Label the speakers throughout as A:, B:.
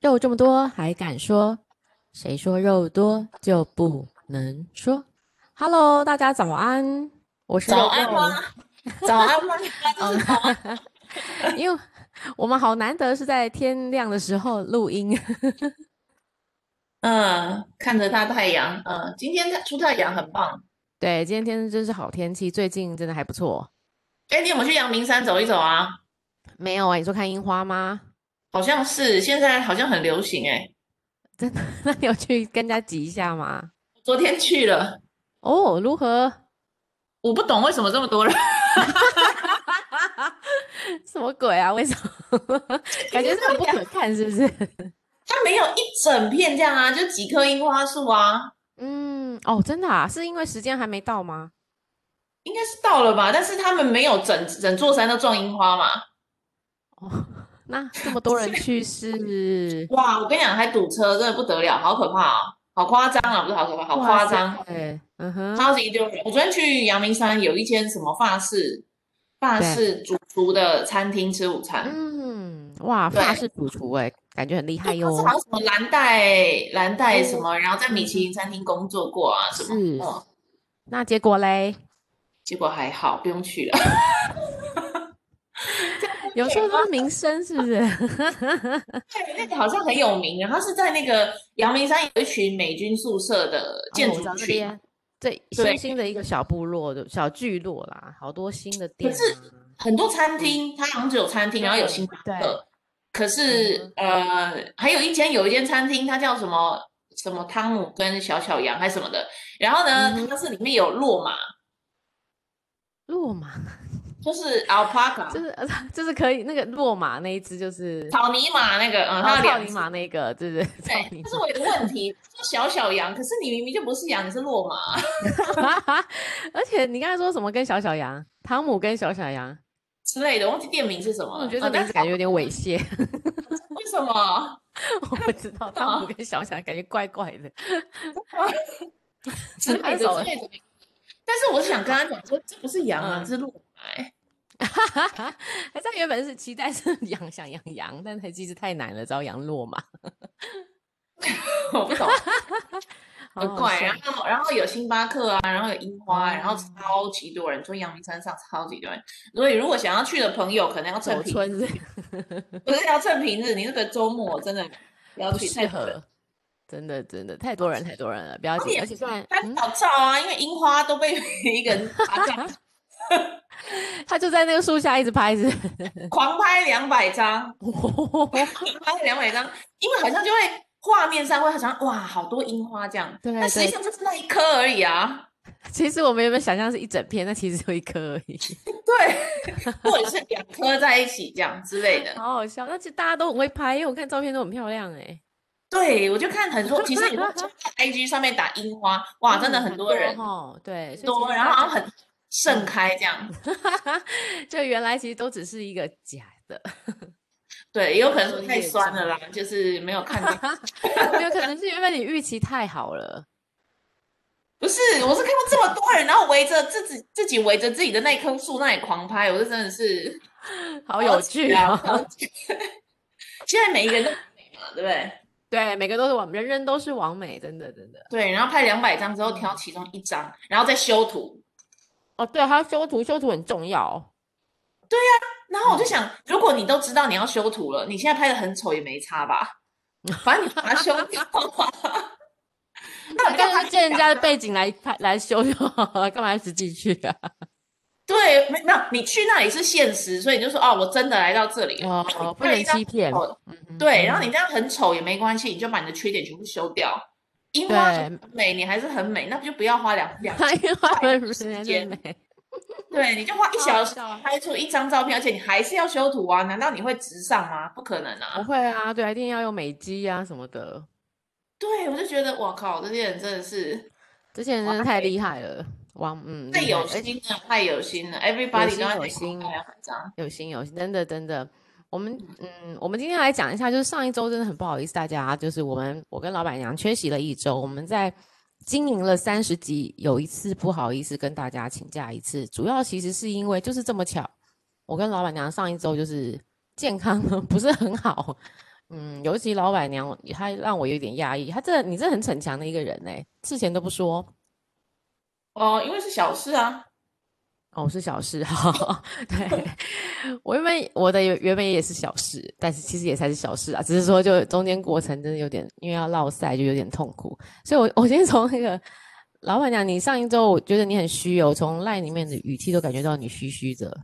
A: 肉这么多还敢说？谁说肉多就不能说？Hello，大家早安，我是
B: 早
A: 肉
B: 安
A: 肉
B: 吗？ 早安吗？
A: 嗯， 因为我们好难得是在天亮的时候录音，
B: 嗯，看着大太阳，嗯，今天太出太阳很棒。
A: 对，今天天真是好天气，最近真的还不错。
B: 哎，你有没有去阳明山走一走啊？
A: 没有啊，你说看樱花吗？
B: 好像是，现在好像很流行哎。
A: 真的？那你有去跟人家挤一下吗？
B: 昨天去了，
A: 哦，如何？
B: 我不懂为什么这么 多人，
A: 什么鬼啊？为什么？感觉是很不可看，是不是？
B: 它没有一整片这样啊，就几棵樱花树啊，
A: 嗯，哦，真的啊，是因为时间还没到吗？
B: 应该是到了吧？但是他们没有整整座山都种樱花嘛。
A: 哦，那这么多人去是
B: 哇，我跟你讲，还堵车，真的不得了，好可怕哦，好夸张啊，不是好可怕，好夸张。
A: 对，嗯哼，
B: 超级丢人！我昨天去阳明山有一间什么法式法
A: 对
B: 式主厨的餐厅吃午餐，
A: 嗯，哇，
B: 对
A: 法式主厨哎，感觉很厉害
B: 对，
A: 哟
B: 它是。好像什么蓝带蓝带什
A: 哦
B: 么，然后在米其林餐厅工作过啊什么，
A: 是
B: 嗯，
A: 那结果嘞，
B: 结果还好，不用去了。
A: 有时候都是名声，是不是？
B: 对，那个好像很有名，然后是在那个阳明山有一群美军宿舍的建
A: 哦我
B: 筑
A: 知道这
B: 群，
A: 边对
B: 对
A: 新兴的一个小部落的小聚落啦，好多新的店、啊。
B: 是很多餐厅，它好像只有餐厅，然后有
A: 嗯对
B: 星巴
A: 对嗯
B: 克。可是呃，还有一间有一间餐厅，它叫什么什么汤姆跟小小羊还是什么的。然后呢，
A: 嗯
B: 它是里面有骆马，
A: 骆马
B: 就是 alpaca
A: 就是 就是可以那个骆马那一只就是，
B: 草泥马那个，嗯，
A: 然后
B: 它
A: 哦
B: 有
A: 草
B: 两
A: 泥
B: 只
A: 马那个，对对，草
B: 对，
A: 泥
B: 但是我有个问题，说小小羊，可是你明明就不是羊，你是骆马啊。
A: 马。 而且你刚才说什么跟小小羊，汤姆跟小小羊，
B: 之类的，忘记店名是什么了。
A: 我觉得这
B: 嗯
A: 名
B: 但
A: 字
B: 是
A: 感觉有点猥亵。
B: 为什么？
A: 我不知道，
B: 道
A: 汤姆跟小翔感觉怪怪的。
B: 之类的
A: 分手了
B: 之类的。但是我想跟他讲说，这不是羊啊，
A: 嗯
B: 这是骆马欸。
A: 还在原本是期待是养想养羊，但是其实太难了，只好养骆马，
B: 我不懂。
A: 好
B: 很
A: 好
B: 怪，啊
A: 笑
B: 然后然后有星巴克啊，然后有樱花，然后
A: 哦
B: 超级多人，从阳明山上超级多人。所以如果想要去的朋友，可能要趁
A: 走
B: 平，
A: 村是
B: 不是要趁平日，你那个周末真的不要
A: 不
B: 去，
A: 适
B: 太多人
A: 合，真的真的太多人太多人了，不要
B: 而
A: 紧。
B: 且
A: 而且现在，
B: 拍不
A: 嗯，
B: 到照啊，因为樱花都被 一个人 爬上去
A: 他就在那个树下一直拍， 是不是，
B: 狂拍两百张，
A: 哦
B: 狂拍两百张，因为好像就会画面上会好像哇，好多樱花这样，
A: 对
B: 但实际
A: 对
B: 上就是那一颗而已啊。
A: 其实我们原本想象是一整片，那其实就一颗 而已，
B: 对，或者是两颗在一起这样之类的。
A: 好好笑。那其实大家都很会拍，因为我看照片都很漂亮哎、
B: 对，我就看很多，其实你 如果在 IG 上面打樱花，哇，真的
A: 嗯
B: 很多人
A: 哦，对，嗯所以其
B: 多，
A: 实
B: 然后
A: 大
B: 好
A: 家
B: 像很盛开这样。
A: 就原来其实都只是一个假的，
B: 对，也有可能
A: 做
B: 是太
A: 业
B: 酸
A: 障
B: 了啦，就是没有看到。
A: 有没有可能是原本你预期太好了？
B: 不是，我是看到这么多人，然后围着自己自己围着自己的那棵树那里狂拍，我就真的是
A: 好
B: 好
A: 有
B: 奇
A: 趣
B: 啊！
A: 啊！
B: 好奇 现在每一个人都美嘛，对不对？
A: 对，每个都是完，人人都是完美，真的真的。
B: 对，然后拍两百张之后
A: 嗯
B: 挑其中一张，然后再修图，
A: 哦，对，还有修图，修图很重要。哦
B: 然
A: 嗯
B: 后我就想，如果你都知道你要修图了，你现在拍的很丑也没差吧？ 反正你把它修掉啊。那
A: 那干
B: 你干
A: 脆
B: 嘛
A: 就借人家的背景来拍来修就好了，干嘛一直进去 啊？
B: 对，没没有，你去那里是现实，所以你就说哦，我真的来到这里了。
A: 哦，不
B: 那
A: 能
B: 一张
A: 欺骗。
B: 丑
A: 嗯
B: 对，哦然后
A: 嗯
B: 你这样很丑也没关系，你就把你的缺点全部修掉。樱花
A: 对
B: 很美，你还是很美，那不就不要花两 两
A: 嗯因为他们不
B: 时
A: 是
B: 间
A: 美，
B: 对，你就花一
A: 好
B: 小
A: 好
B: 时
A: 笑啊
B: 拍出一张照片，而且你还是要修图啊？难道你会直上吗？不可能啊！
A: 不会啊，对啊，一定要用美肌啊什么的。
B: 对，我就觉得我靠，这些人真的是。
A: 这些人真的
B: 哇
A: 太
B: 对
A: 厉害了，王嗯，
B: 太
A: 厉害
B: 有
A: 而且
B: 心了，太有心了，everybody
A: 心
B: 都要
A: 有
B: 得
A: 心
B: 拍两百张。
A: 有心有心，真的真的。我们嗯，我们今天来讲一下，就是上一周真的很不好意思大家，就是我们我跟老板娘缺席了一周，我们在经营了三十集，有一次不好意思跟大家请假一次，主要其实是因为 就是这么巧，我跟老板娘上一周就是健康不是很好，嗯，尤其老板娘，她让我有点压抑。她这你这很逞强的一个人哎、事前都不说。
B: 哦，因为是小事啊。
A: 哦，是小事哈。 对，我原本我的原原本也是小事，但是其实也才是小事啊，只是说就中间过程真的有点，因为要落赛就有点痛苦。所以我，我先从那个老板娘，你上一周我觉得你很虚哦，从赖里面的语气都感觉到你虚虚的。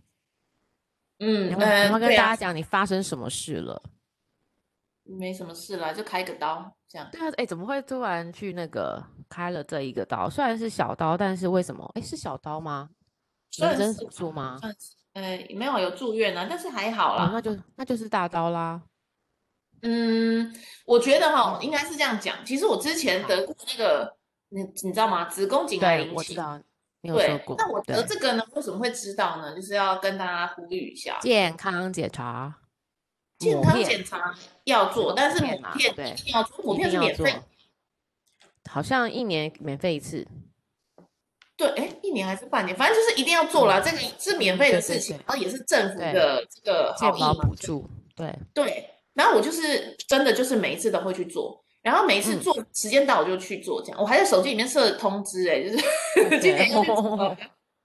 B: 嗯
A: 然后，
B: 呃
A: 然后，跟
B: 对
A: 大家，
B: 啊
A: 讲你发生什么事了？
B: 没什么事啦，就开个刀这样。
A: 对啊，哎，怎么会突然去那个开了这一个刀？虽然是小刀，但是为什么？哎，是小刀吗？
B: 算
A: 真
B: 是
A: 手术吗？
B: 算是，呃，没有有住院啊，但是还好
A: 哦，
B: 啦。
A: 那就那就是大刀啦。
B: 嗯，我觉得哈，应该是这样讲。其实我之前得过那个，你你知道吗？子宫颈癌
A: 对，
B: 引
A: 我知
B: 起。
A: 道，你有说
B: 对，
A: 过。
B: 那我得
A: 对
B: 这个呢，为什么会知道呢？就是要跟大家呼吁一下，
A: 健康检查，
B: 健
A: 抹
B: 康
A: 片
B: 检查要做，
A: 子宫
B: 但是
A: 抹
B: 抹
A: 片嘛
B: 片
A: 对
B: 一定要做，抹
A: 一定
B: 片是
A: 要
B: 免
A: 做
B: 费。
A: 好像一年免费一次。
B: 对，哎，一年还是半年，反正就是一定要做啦。
A: 嗯
B: 这个是免费的
A: 对对
B: 事情
A: 对，
B: 然后也是政府
A: 对
B: 的这个
A: 健
B: 好意
A: 保
B: 嘛
A: 补。助，对，
B: 对，然后我就是真的就是每一次都会去做，然后每一次
A: 嗯
B: 做时间到我就去做，这样我还在手机里面设通知，哎，就是 今
A: 对
B: 年要去做了。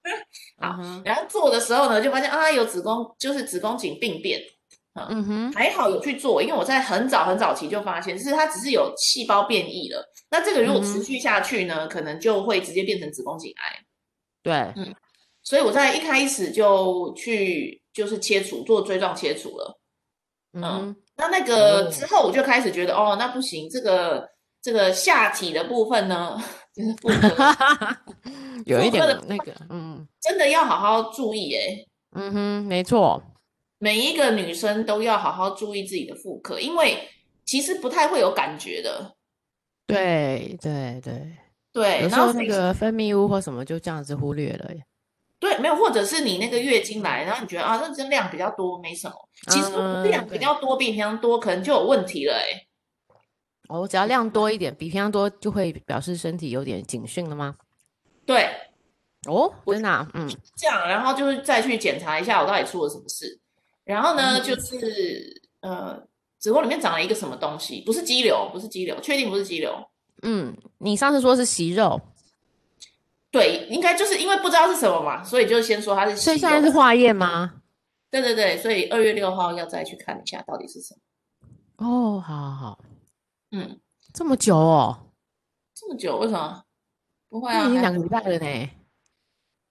B: 好
A: 嗯哼，
B: 然后做的时候呢，就发现啊有子宫就是子宫颈病变，
A: 嗯哼，
B: 还好有去做，因为我在很早很早期就发现，是它只是有细胞变异了。那这个如果
A: 嗯
B: 持
A: 哼
B: 续下去呢，可能就会直接变成子宫颈癌。
A: 对，
B: 所以我在一开始就去就是切除做锥状切除了。
A: 嗯
B: 嗯
A: 哼，
B: 那那个
A: 哦
B: 之后，我就开始觉得哦，那不行，这个这个下体的部分呢，就是妇科
A: 有一
B: 妇科
A: 点
B: 的
A: 那个，嗯
B: 真的要好好注意诶。
A: 嗯哼，没错，
B: 每一个女生都要好好注意自己的妇科，因为其实不太会有感觉的。
A: 对对对，
B: 对，
A: 有时
B: 然后
A: 候那
B: 每
A: 个分泌物或什么就这样子忽略了耶。
B: 对，没有，或者是你那个月经来，然后你觉得啊，那这量比较多，没什么。其实
A: 嗯
B: 量比
A: 对
B: 较多，比平常多，可能就有问题了、欸。
A: 哦，只要量多一点，比平常多就会表示身体有点警讯了吗？
B: 对，
A: 哦，真的啊、嗯，
B: 这样，然后就是再去检查一下我到底出了什么事。然后呢，
A: 嗯
B: 就是呃，子宫里面长了一个什么东西，不是肌瘤，不是肌瘤，确定不是肌瘤。
A: 嗯，你上次说是息肉，
B: 对，应该就是因为不知道是什么嘛，所以就先说它是
A: 所以
B: 息
A: 现在
B: 肉
A: 是化验吗？
B: 对对对，所以二月六号要再去看一下到底是什么。
A: 哦，好好好，
B: 嗯，
A: 这么久哦，
B: 这么久为什么？不会啊，
A: 那已经
B: 还
A: 两
B: 好
A: 个礼拜了呢。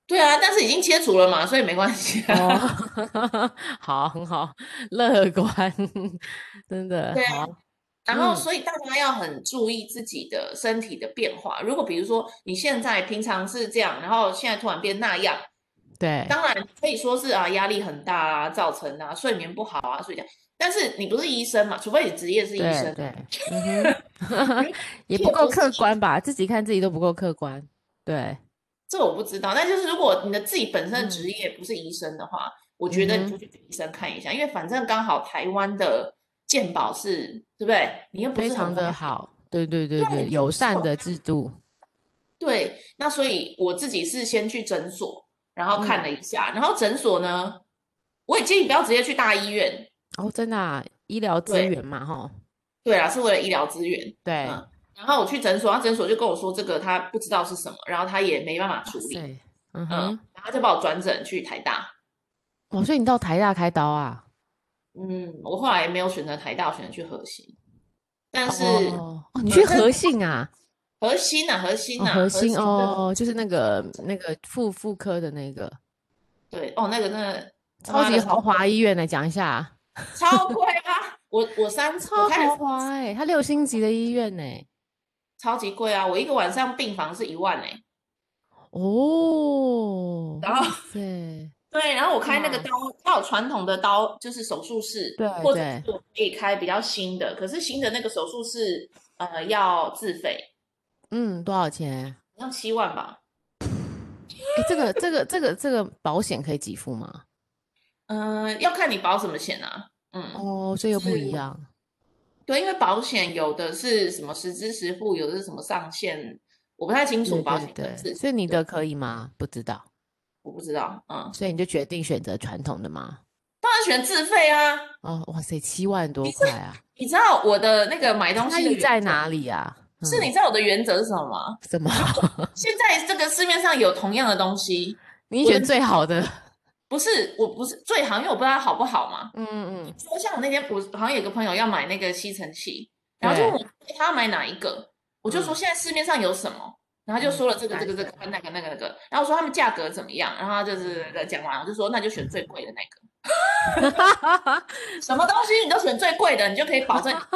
B: 对啊，但是已经切除了嘛，所以没关系啊。
A: 哦， 好，很好，乐观，真的
B: 对啊
A: 好，
B: 然后，
A: 嗯
B: 所以大家要很注意自己的身体的变化。如果比如说你现在平常是这样，然后现在突然变那样，
A: 对，
B: 当然可以说是啊压力很大啊造成啊睡眠不好啊，所以这样。但是你不是医生嘛，除非你职业是医
A: 对
B: 生，哎
A: 对，嗯哼， 也
B: 这
A: 不
B: 个
A: 够
B: 不是
A: 客观吧？自己看自己都不够客观，对，
B: 这我不知道。但就是如果你的自己本身
A: 嗯
B: 的职业不是医生的话，我觉得
A: 嗯
B: 你
A: 哼
B: 就去给医生看一下，因为反正刚好台湾的健保是，对不对？你又不
A: 非
B: 是很
A: 常的
B: 花
A: 好，对对对
B: 对
A: 对，友
B: 没
A: 善
B: 错
A: 的制度，
B: 对，那所以我自己是先去诊所，然后看
A: 嗯
B: 了一下，然后诊所呢，我也建议不要直接去大医院。
A: 哦，真的啊，医疗资
B: 对
A: 源嘛，哈，
B: 对啦，是为了医疗资源。
A: 对，
B: 嗯，然后我去诊所，然后诊所就跟我说这个他不知道是什么，然后他也没办法处理，
A: 对，嗯
B: 嗯，
A: 哼，
B: 然后他就把我转诊去台大。
A: 哦，所以你到台大开刀啊？
B: 嗯，我后来没有选择台大，我选择去核心。但是啊
A: 哦，哦，你去
B: 反
A: 和
B: 正
A: 信啊？
B: 核心呐、核心
A: 哦，
B: 呐、
A: 核
B: 核
A: 心
B: 心的
A: 哦，就是那个那个妇妇科的那个
B: 对哦，那个那个
A: 超
B: 妈
A: 级
B: 的
A: 豪华医院来讲一下啊。
B: 超贵啊！ 我我三
A: 超
B: 我开
A: 豪
B: 了
A: 华哎、欸，它六星级的医院呢、
B: 超级贵啊！我一个晚上病房是一万哎、
A: 哦，
B: 然后
A: 对，
B: 对，然后我开那个
A: 哇
B: 刀，它有传统的刀，就是手术室，
A: 对
B: 或者
A: 对
B: 是我可以开比较新的，可是新的那个手术室，呃，要自费，
A: 嗯，多少钱？
B: 好像七万吧。
A: 哎、这个这个这个这个保险可以给付吗？
B: 嗯、要看你保什么险啊。嗯，
A: 哦，所以又不一
B: 是
A: 样。
B: 对，因为保险有的是什么实支实付，有的是什么上限，我不太清楚
A: 对
B: 保
A: 对
B: 险的
A: 对，
B: 事，
A: 所以你的可以吗？不知道，
B: 我不知道。嗯，
A: 所以你就决定选择传统的吗？
B: 当然选自费啊。
A: 哦，哇塞，七万多块啊！
B: 你知道我的那个买东
A: 差
B: 西的
A: 异
B: 原
A: 在
B: 则？
A: 哪里啊？嗯
B: 是你知道我的原则是什么吗？
A: 什么？
B: 现在这个市面上有同样的东西，
A: 你
B: 我的
A: 选最好 的？
B: 不是我不是最好，因为我不知道它好不好嘛。
A: 嗯嗯，
B: 说像我那天，我好像有个朋友要买那个吸尘器，然后就问我哎他要买哪一个，我就说现在市面上有什么，然后他就说了这个
A: 嗯
B: 这个这个那个那个那个，然后我说他们价格怎么样，然后他就是讲完，我就说那就选最贵的那个。什么东西你都选最贵的，你就可以保证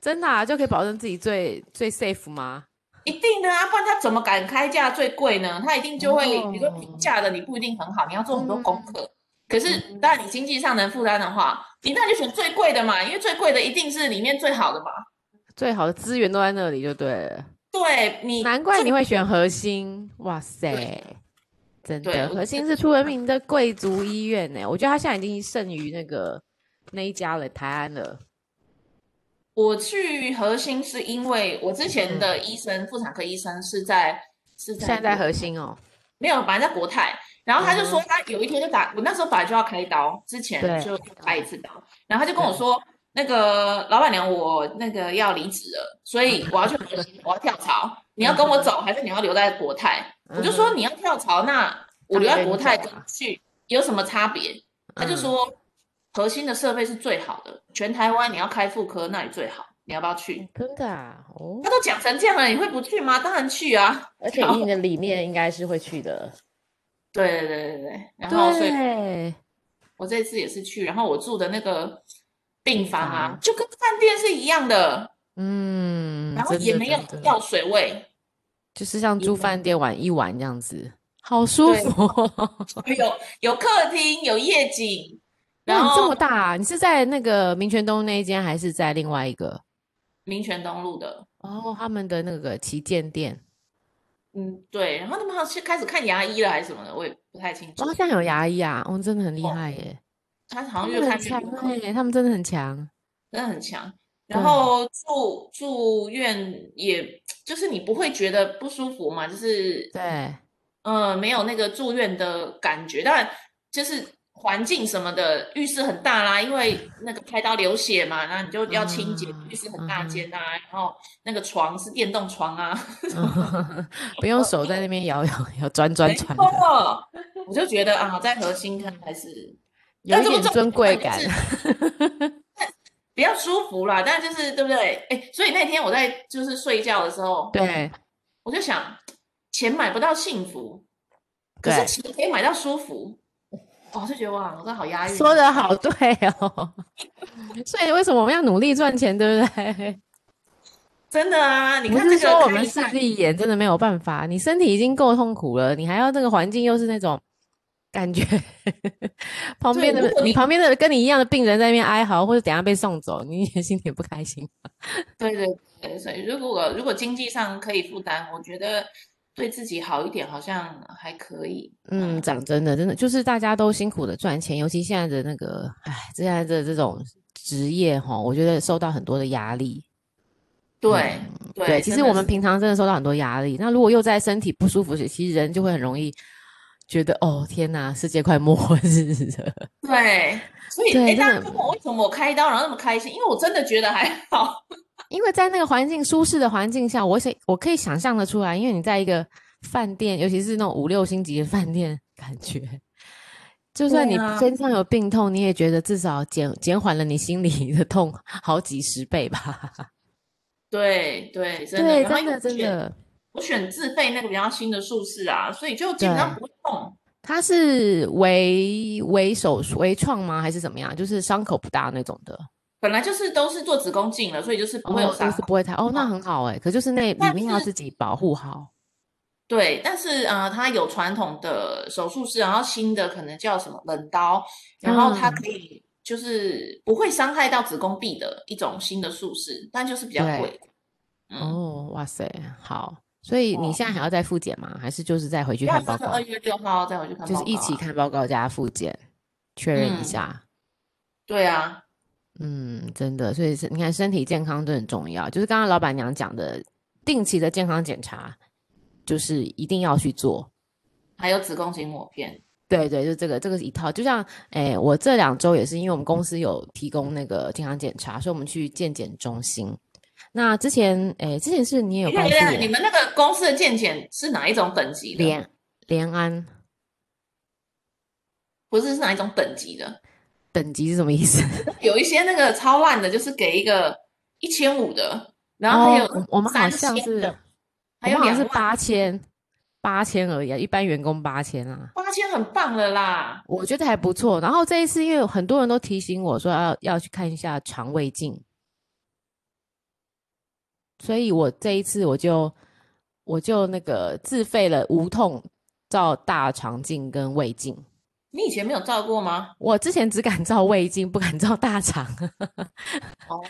A: 真的啊，就可以保证自己最最 safe 吗？
B: 一定的啊，不然他怎么敢开价最贵呢？他一定就会，比如说
A: 哦嗯
B: 平价的你不一定很好，你要做很多功课。可是，当然你经济上能负担的话，你那就选最贵的嘛，因为最贵的一定是里面最好的嘛。
A: 最好的资源都在那里，就对了。
B: 对你，
A: 难怪你会选核心，哇塞！真
B: 对
A: 的，
B: 我
A: 核心是出了名的贵族医院呢、我觉得它现在已经胜于那个那一家了，台安了。
B: 我去核心是因为我之前的医生，妇产科医生是在是在
A: 嗯现在在核心哦，
B: 没有，反正在国泰。然后他就说
A: 嗯
B: 他有一天就打，我那时候本来就要开刀，之前
A: 对
B: 就开一次刀，然后他就跟我说，那个老板娘，我那个要离职了，所 以我要去，我要跳槽，你要跟我走，还是你要留在国泰？我就
A: 嗯
B: 说你要跳槽，那我留在国泰跟啊去有什么差别？他就
A: 嗯
B: 说核心的设备是最好的，全台湾你要开妇科那里最好，你要不要去？
A: 真的啊， 哦
B: 他，都讲成这样了，你会不去吗？当然去啊！
A: 而且以你的理念应该是会去的，
B: 对对对对对，然后所以。
A: 对，
B: 我这次也是去，然后我住的那个病房啊，就跟饭店是一样的，
A: 嗯，
B: 然后
A: 真
B: 也
A: 的
B: 没有
A: 真的
B: 药水味，
A: 就是像
B: 也
A: 住
B: 没
A: 饭店玩一玩这样子，好舒
B: 对
A: 服哦。
B: 有有客厅，有夜景，然
A: 哇，你这么
B: 后
A: 大啊、你是在那个民权东路那一间，还是在另外一个？
B: 民权东路的，
A: 哦，他们的那个旗舰店，
B: 嗯，对，然后他们好像是开始看牙医了还是什么的，我也不太清楚
A: 哇，。哦现在有牙医啊，哦，真的很厉
B: 哦
A: 害耶，
B: 他好
A: 他
B: 像
A: 们
B: 越
A: 很
B: 看越
A: 强
B: 多客，
A: 哎，他们真的很强，
B: 真的很强。
A: 对
B: 然后住住院也就是你不会觉得不舒服嘛，就是
A: 对，
B: 呃，没有那个住院的感觉。当然，就是环境什么的，浴室很大啦，因为那个开刀流血嘛，然后你就要清洁，
A: 啊
B: 浴室很大
A: 嗯哼
B: 间啊，然后那个床是电动床啊，
A: 嗯不用手在那边摇摇摇转转
B: 没
A: 转
B: 错
A: 的，嗯
B: 我就觉得啊，在核心看还是
A: 有
B: 但
A: 一
B: 这么
A: 点
B: 重
A: 尊贵
B: 但
A: 感
B: 就，比较舒服啦，但就是对不对？哎，所以那天我在就是睡觉的时候，
A: 对
B: 我就想，钱买不到幸福，可
A: 对
B: 是，钱可以买到舒服。哦，我就觉得哇，我真的好压抑。
A: 说的好对哦， 所以为什么我们要努力赚钱，对不对？
B: 真的啊，你
A: 不
B: 看
A: 是
B: 这个
A: 说我
B: 开
A: 们
B: 一
A: 势
B: 半
A: 利眼，真的没有办法。你身体已经够痛苦了，你还要那个环境又是那种感觉，旁
B: 对
A: 边的
B: 如果
A: 你
B: 你
A: 旁边的跟你一样的病人在那边哀嚎，或者等下被送走，你也 心里很不开心。
B: 对对对，所以如果如果经济上可以负担，我觉得对自己好一点，好像还可以。
A: 嗯，讲真的，真的就是大家都辛苦的赚钱，尤其现在的那个，哎，现在的这种职业哈，我觉得受到很多的压力。
B: 对对，
A: 嗯其
B: 真
A: 实
B: 的
A: 我们
B: 是
A: 平常真的受到很多压力，那如果又在身体不舒服时，其实人就会很容易觉得哦，天哪，世界快末日了。
B: 对，所以
A: 对
B: 哎，
A: 真
B: 大家
A: 的
B: 问我为什么我开刀然后那么开心，因为我真的觉得还好。
A: 因为在那个环境舒适的环境下，我想我可以想象的出来，因为你在一个饭店，尤其是那种五六星级的饭店，感觉就算你
B: 对啊
A: 身上有病痛，你也觉得至少减减缓了你心里的痛好几十倍吧？
B: 对对，真的，
A: 对，
B: 然后
A: 真
B: 因为
A: 的
B: 我
A: 真
B: 选
A: 的，
B: 我选自费那个比较新的术式啊，所以就基本上不会痛。
A: 它是微微手术微创吗？还是怎么样？就是伤口不大那种的，
B: 本来就是都是做子宫颈了，所以就是不会有
A: 哦，就
B: 伤
A: 是。不会太哦，那很好哎、可就是那里
B: 但
A: 面要
B: 是
A: 自己保护好。
B: 对，但是呃，它有传统的手术室，然后新的可能叫什么冷刀，然后它
A: 嗯
B: 可以就是不会伤害到子宫壁的一种新的术式，但就是比较
A: 对
B: 贵。嗯，
A: 哦，哇塞，好，所以你
B: 哦
A: 现在还要再复检吗？还是就是再回去
B: 要
A: 看报
B: 真的
A: 告
B: 二？月六号再回去看
A: 就是
B: 报
A: 一
B: 告
A: 起
B: 啊。
A: 看报告加复检，确认一
B: 嗯
A: 下。
B: 对啊，
A: 嗯，真的，所以是你看身体健康都很重要，就是刚刚老板娘讲的，定期的健康检查就是一定要去做。
B: 还有子宫颈抹片，
A: 对对，就这个，这个是一套。就像，哎，我这两周也是，因为我们公司有提供那个健康检查，所以我们去健检中心。那之前，哎，之前是你也有告诉
B: 等一下等一下你
A: 我，
B: 们那个公司的健检是哪一种等级的？
A: 联联安
B: 不是是哪一种等级的？
A: 等级是什么意思？
B: 有一些那个超烂的，就是给一个一千五的，然后还有、
A: 哦、我我们好像是，
B: 还
A: 我们
B: 有
A: 好像
B: 两
A: 是
B: 万
A: 八千，八千而已啊，一般员工八千啊。
B: 八千，很棒了啦。
A: 我觉得还不错。然后这一次，因为有很多人都提醒我说要要去看一下肠胃镜，所以我这一次我就我就那个自费了无痛照大肠镜跟胃镜。
B: 你以前没有照过吗？
A: 我之前只敢照胃镜，不敢照大肠。
B: 哦，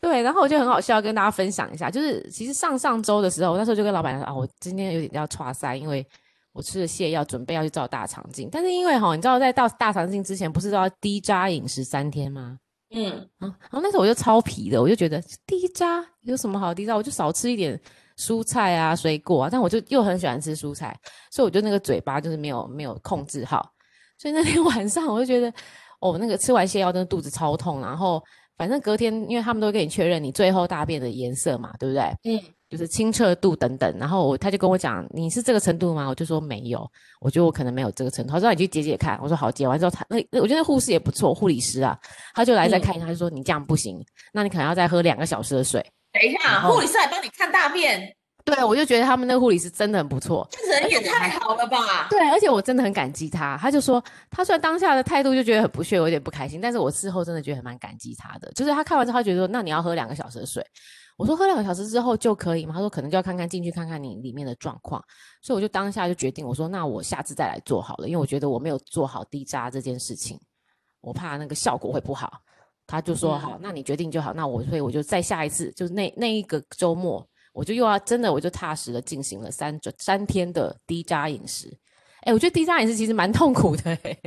A: 对，然后我就很好笑，跟大家分享一下，就是其实上上周的时候，我那时候就跟老板娘说啊，我今天有点要岔塞，因为我吃了泻药，准备要去照大肠镜。但是因为哈，你知道在到大肠镜之前，不是都要低渣饮食三天吗？
B: 嗯，
A: 啊，然后那时候我就超皮的，我就觉得低渣有什么好低渣，我就少吃一点蔬菜啊、水果啊。但我就又很喜欢吃蔬菜，所以我就那个嘴巴就是没有没有控制好。所以那天 晚上我就觉得，哦，那个吃完泻药真的肚子超痛，然后反正隔天因为他们都会跟你确认你最后大便的颜色嘛，对不对？
B: 嗯，
A: 就是清澈度等等。然后我他就跟我讲，你是这个程度吗？我就说没有，我觉得我可能没有这个程度。他说那你去解解看，我说好，解完之后他那那我觉得那护士也不错，护理师啊，他就来再
B: 嗯
A: 看一下，他就说你这样不行，那你可能要再喝两个小时的水。
B: 等一下，
A: 然后
B: 护理师来帮你看大便，
A: 对，我就觉得他们那个护理师真的很不错。
B: 这人也太好了吧？
A: 对，而且我真的很感激他。他就说，他虽然当下的态度就觉得很不屑，有点不开心，但是我事后真的觉得还蛮感激他的。就是他看完之后，他觉得说，那你要喝两个小时的水。我说喝两个小时之后就可以吗？他说可能就要看看进去看看你里面的状况。所以我就当下就决定，我说那我下次再来做好了，因为我觉得我没有做好低渣这件事情，我怕那个效果会不好。他就说
B: 嗯
A: 好，那你决定就好，那我所以我就再下一次，就是那那一个周末，我就又要真的我就踏实的进行了三周三天的低渣饮食。哎，我觉得低渣饮食其实蛮痛苦的、 欸，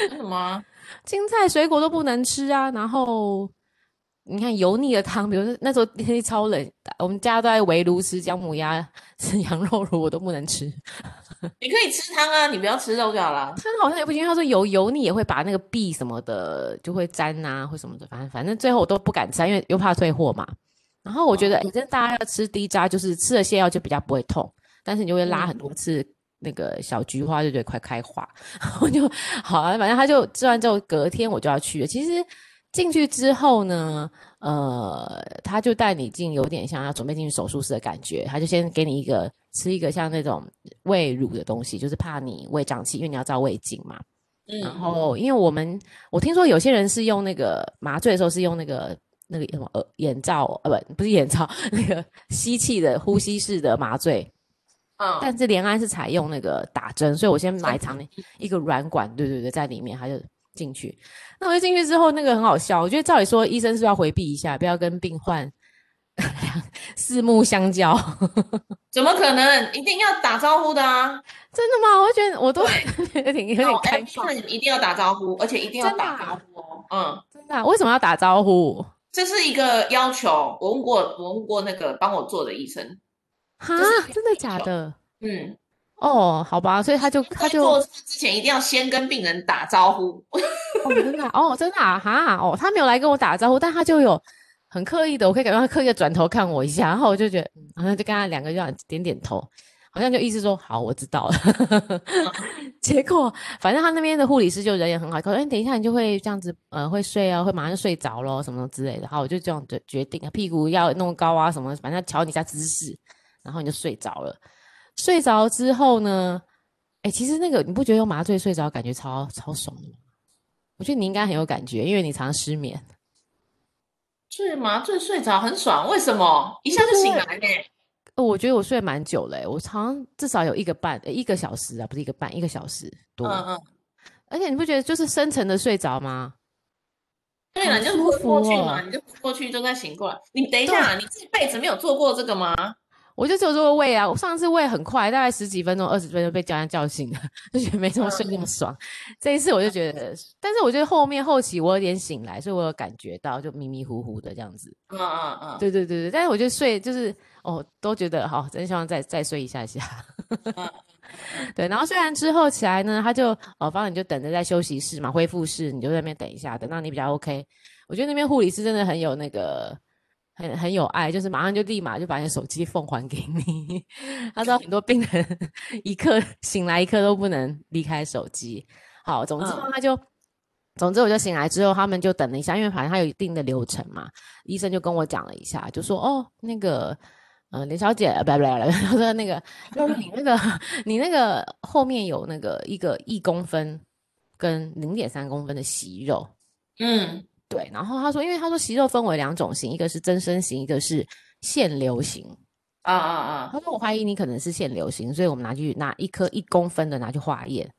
B: 为什么？
A: 青菜水果都不能吃啊。然后你看油腻的汤，比如说那时候天气超冷，我们家都在围炉吃姜母鸭、吃 羊肉炉，我都不能吃。
B: 你可以吃汤啊，你不要吃肉就好了。
A: 汤好像也不行，因为他说油油腻也会把那个壁什么的就会粘啊，或什么的，反正反正最后我都不敢吃啊，因为又怕退货嘛。然后我觉得，哎、真的大家要吃低渣，就是吃了泻药就比较不会痛，但是你就会拉很多次那个小菊花，就觉得快开花。然后就好啊，反正他就吃完之后，隔天我就要去了。其实进去之后呢，呃，他就带你进，有点像要准备进去手术室的感觉。他就先给你一个吃一个像那种胃乳的东西，就是怕你胃胀气，因为你要照胃镜嘛。然
B: 嗯，
A: 后，因为我们我听说有些人是用那个麻醉的时候是用那个那个什么呃眼罩呃不不是眼罩那个吸气的呼吸式的麻醉，
B: 嗯，
A: 但是联安是采用那个打针，所以我先埋藏了一个软管，对对对，在里面，他就进去。那我就进去之后，那个很好笑，我觉得照理说医生是不是要回避一下，不要跟病患 四目相交。
B: 怎么可能？一定要打招呼的啊！
A: 真的吗？我就觉得我都 有点有
B: 那哎
A: 点
B: 种
A: 开放，
B: admin 一定要打招呼，而且一定要
A: 真的
B: 打
A: 啊
B: 招呼哦。嗯，
A: 真的啊、为什么要打招呼？
B: 这是一个要求。我问过，我问过那个帮我做的医生。
A: 哈
B: 这是，
A: 真的假的？
B: 嗯，
A: 哦，好吧，所以他就他
B: 在
A: 就
B: 做事之前一定要先跟病人打招呼。
A: 哦，真的啊哦，真的啊，哈，哦，他没有来跟我打招呼，但他就有很刻意的，我可以感觉到他刻意的转头看我一下，然后我就觉得，嗯好像就跟他两个就想点点头，好像就意思说好，我知道了。 结果反正他那边的护理师就人也很好，他说，哎，等一下你就会这样子，呃，会睡啊，会马上就睡着咯，什么之类的。好，我就这样决决定，啊屁股要弄高啊，什么，反正瞧你一下姿势，然后你就睡着了。睡着之后呢，哎，其实那个你不觉得用麻醉睡着感觉超超爽的吗？我觉得你应该很有感觉，因为你常失眠。
B: 睡麻醉睡着很爽，为什么？一下就醒来呢？
A: 呃，我觉得我睡蛮久了、欸，我常至少有一个半、呃一个小时啊，不是一个半，一个小时多。
B: 嗯嗯，
A: 而且你不觉得就是深层的睡着吗？
B: 对了，
A: 好
B: 你就
A: 舒
B: 昏过去
A: 服
B: 嘛，
A: 哦
B: 你就昏过去就再醒过来。你等一下，你这辈子没有做过这个吗？
A: 我就只有做过胃啊，我上次胃很快，大概十几分钟、二十分钟被教练叫醒了，就觉得没怎么睡那么爽。这一次我就觉得，但是我觉得后面后期我有点醒来，所以我有感觉到就迷迷糊糊的这样子。
B: 嗯嗯嗯。
A: 对对对对，但是我觉得睡就是哦，都觉得好、真希望再再睡一下下。 对，然后虽然之后起来呢，他就哦，反正你就等着在休息室嘛，恢复室，你就在那边等一下，等到你比较 OK。我觉得那边护理师真的很有那个，很很有爱，就是马上就立马就把你的手机奉还给你。 他说很多病人一刻醒来一刻都不能离开手机。好，总之呢他就，总之我就醒来之后，他们就等了一下，因为反正他有一定的流程嘛。医生就跟我讲了一下，就说哦，那个。呃，林小姐，呃不不不， 他说那个，他说你那个，你那个后面有那个一个一公分跟零点三公分的息肉，
B: 嗯，
A: 对，然后他说，因为他说息肉分为两种型，一个是增生型，一个是腺瘤型。
B: 啊啊啊，
A: 他说我怀疑你可能是腺瘤型，所以我们拿去拿一颗一公分的拿去化验，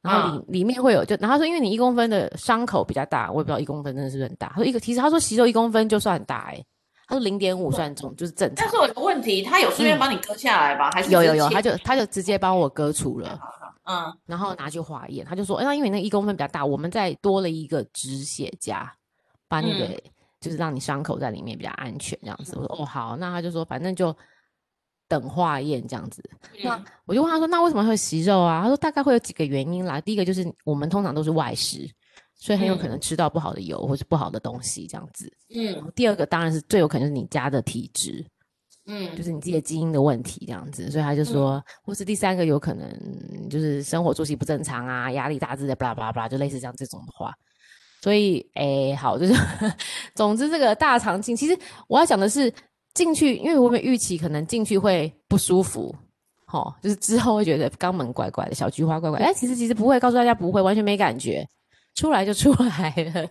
A: 然后里、
B: 嗯
A: 里面会有就，然后他说因为你一公分的伤口比较大，我也不知道一公分真的是不是很大。他说一个其实他说息肉一公分就算很大哎、欸他说零点五算重就是正常
B: 但。是我有个问题，他有顺便帮你割下来吧？还
A: 嗯
B: 是
A: 有
B: 直
A: 有有，
B: 切
A: 他就他就直接帮我割除了，
B: 嗯
A: 然后拿去化验，他就说，哎那因为你那一公分比较大，我们再多了一个止血夹，把
B: 嗯
A: 你的、就是让你伤口在里面比较安全这样子。我说哦好，那他就说反正就等化验这样子。那
B: 嗯
A: 我就问他说，那为什么会有息肉啊？他说大概会有几个原因啦，第一个就是我们通常都是外食，所以很有可
B: 嗯
A: 能吃到不好的油或是不好的东西这样子。
B: 嗯
A: 第二个当然是最有可能是你家的体质，就
B: 嗯
A: 是你自己的基因的问题这样子，所以他就说，或是第三个有可能就是生活作息不正常啊，压力大之类的，巴拉巴拉巴拉，就类似像这种的话。所以，诶，好，就是， 总之这个大肠镜，其实我要讲的是进去，因为我们预期可能进去会不舒服，哦，就是之后会觉得肛门怪怪的，小菊花怪怪，哎，其实其实不会，告诉大家不会，完全没感觉，出来就出来了。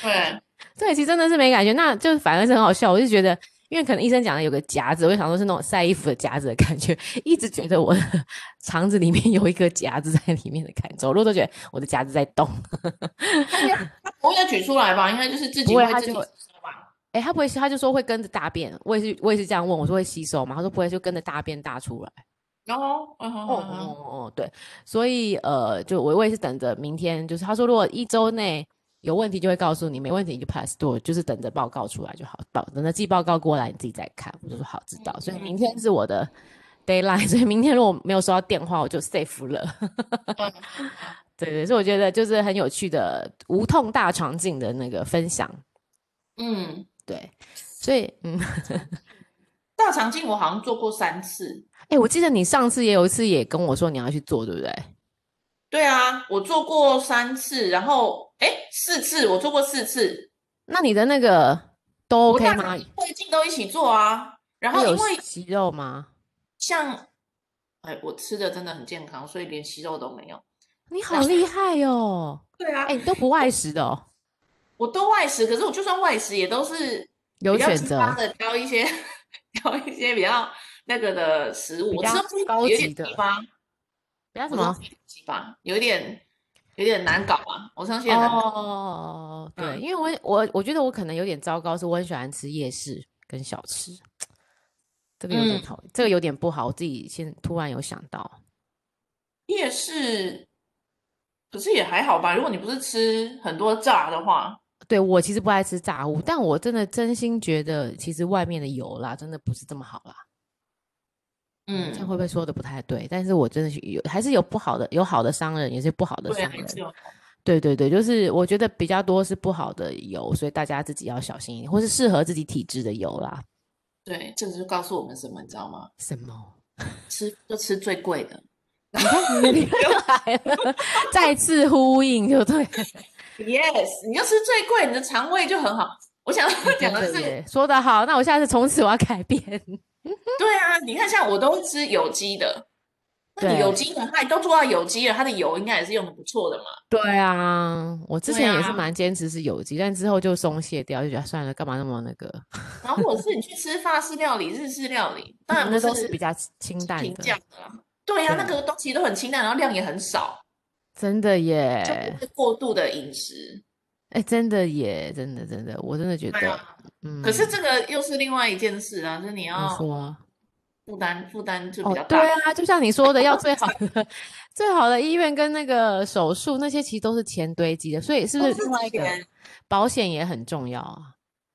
B: 对，
A: 对，其实真的是没感觉，那就反而是很好笑。我就觉得，因为可能医生讲的有个夹子，我就想说是那种晒衣服的夹子的感觉，一直觉得我的 肠子里面有一个夹子在里面的感觉，走路都觉得我的夹子在动。
B: 他不会再取出来吧？应该就是自己
A: 不会他
B: 自己
A: 就
B: 吸收吧？
A: 哎，他不会吸，他就说会跟着大便，我也是，我也是这样问，我说会吸收吗？他说不会，就跟着大便大出来。
B: 然后，嗯哼
A: 哦
B: 哼
A: 哦
B: 哼
A: 哦，对，所以呃，就我我也是等着明天，就是他说如果一周内有问题就会告诉你，没问题你就 pass door，就是等着报告出来就好，报等着寄报告过来你自己再看。我就说好，知道。所以明天是我的 d a y l i n e 所以明天如果没有收到电话，我就 safe 了。
B: 对
A: 嗯对 对，所以我觉得就是很有趣的无痛大肠镜的那个分享，
B: 嗯，
A: 对，所以嗯，
B: 大肠镜我好像做过三次。
A: 哎，我记得你上次也有一次也跟我说你要去做，对不对？
B: 对啊，我做过三次，然后哎四次，我做过四次，
A: 那你的那个都
B: 我
A: OK
B: 大
A: 吗
B: 肠？胃镜都一起做啊。然后
A: 它
B: 因
A: 有
B: 为
A: 息肉吗？
B: 像，哎，我吃的真的很健康，所以连息肉都没有。
A: 你好厉害哟、哦！
B: 对啊
A: 哎、，你都不外食的哦，
B: 我都外食，可是我就算外食也都是
A: 有
B: 比较
A: 选
B: 健
A: 择，
B: 康的，挑一些 挑一些比较那个的食物。
A: 比
B: 我
A: 较
B: 吃不出
A: 高
B: 有
A: 级
B: 点
A: 的
B: 鸡巴，
A: 不要
B: 我
A: 什
B: 吃
A: 么
B: 不出鸡巴，有点有点难搞啊。我上现在难搞。
A: 哦，对，
B: 嗯
A: 因为我我我觉得我可能有点糟糕，是我很喜欢吃夜市跟小吃，这个有点
B: 嗯
A: 讨，这个有点不好，我自己现突然有想到，
B: 夜市，可是也还好吧。如果你不是吃很多炸的话，
A: 对我其实不爱吃炸物，但我真的真心觉得，其实外面的油啦，真的不是这么好啦。
B: 嗯
A: 这，样会不会说的不太对？但是我真的是有，还是有不好的，有好的商人，也是不好的
B: 对啊，
A: 商
B: 还
A: 人
B: 是。有
A: 对对对，就是我觉得比较多是不好的油，所以大家自己要小心一点，或是适合自己体质的油啦。
B: 对，这就告诉我们什么，你知道吗？
A: 什么？
B: 吃就吃最贵的，
A: 你看，你看又来了， 再次呼应就对了。
B: Yes，你要吃最贵，你的肠胃就很好。我想要讲的
A: 真
B: 是，
A: 耶说得好，那我下次从此我要改变。
B: 对啊，你看像我都吃有机的，那你有
A: 对
B: 机的它也都做到有机了，它的油应该也是用的不错的嘛。
A: 对啊，我之
B: 对
A: 前也是
B: 啊
A: 蛮坚持是有机，但之后就松懈掉，就觉得算了，干嘛那么那个？
B: 然后或者是你去吃法式料理、日式料理，当然
A: 嗯那
B: 不
A: 都是比较清淡
B: 平价
A: 的，
B: 的啦。对呀、啊，那
A: 对
B: 个东西都很清淡，然后量也很少，
A: 真的耶
B: 就，不会过度的饮食。
A: 哎，真的耶，真的真的，我真的觉
B: 对
A: 得，
B: 啊，
A: 嗯，
B: 可是这个又是另外一件事啊，就是你
A: 你
B: 要
A: 说。
B: 负担负担就比
A: 哦
B: 较，
A: 对
B: 大。
A: 啊，就像你说的，要最好的、最好的医院跟那个手术那些，其实都是钱堆积的，所以是不
B: 都
A: 是
B: 是
A: 另外一个
B: 钱
A: 保险也很重要啊？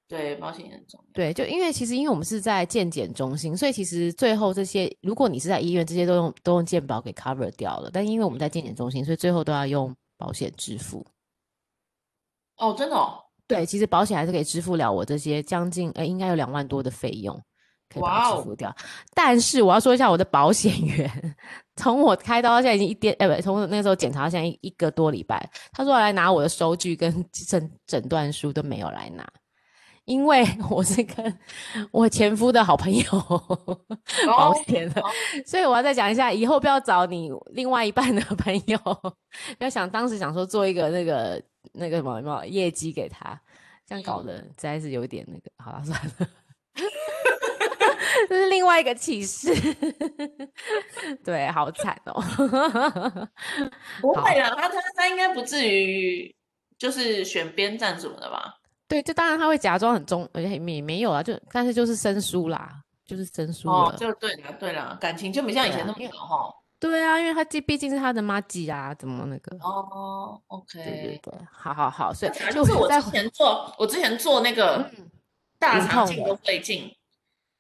B: 对，保险也很重要。
A: 对，就因为其实因为我们是在健检中心，所以其实最后这些，如果你是在医院，这些都用都用健保给 cover 掉了。但因为我们在健检中心，所以最后都要用保险支付。
B: 哦，真的哦，
A: 对，其实保险还是可以支付了我这些将近呃应该有两万多的费用，可以把它
B: 哇
A: 支
B: 哦
A: 付掉。但是我要说一下我的保险员， 从我开刀到现在已经一天，呃不，从我那时候检查到现在一一个多礼拜，他说要来拿我的收据跟诊诊断书都没有来拿。因为 我是跟我前夫的好朋友保
B: 哦，
A: 险的
B: 哦，
A: 所以我要再讲一下，以后不要找你另外一半的朋友，不要想当时想说做一个那个那个什么什么业绩给他，这样搞
B: 嗯
A: 的实在是有一点那个，好了算了，这是另外一个启示，对，好惨哦，
B: 不会啦，他他他应该不至于就是选边站什么的吧？
A: 对，就当然他会假装很忠，而且也没有啊，就但是就是生疏啦，就是生疏了。
B: 哦，就对了对了，感情就没像
A: 啊
B: 以
A: 对
B: 前
A: 啊
B: 那么好哈。
A: 对啊，因为他毕毕竟是他的妈鸡啊，怎么那个？
B: 哦
A: 对对
B: ，OK，
A: 对，好好好，所以
B: 反
A: 就
B: 正是我
A: 在嗯
B: 之前做，我之前做那个大
A: 无痛
B: 肠镜
A: 的
B: 跟胃镜，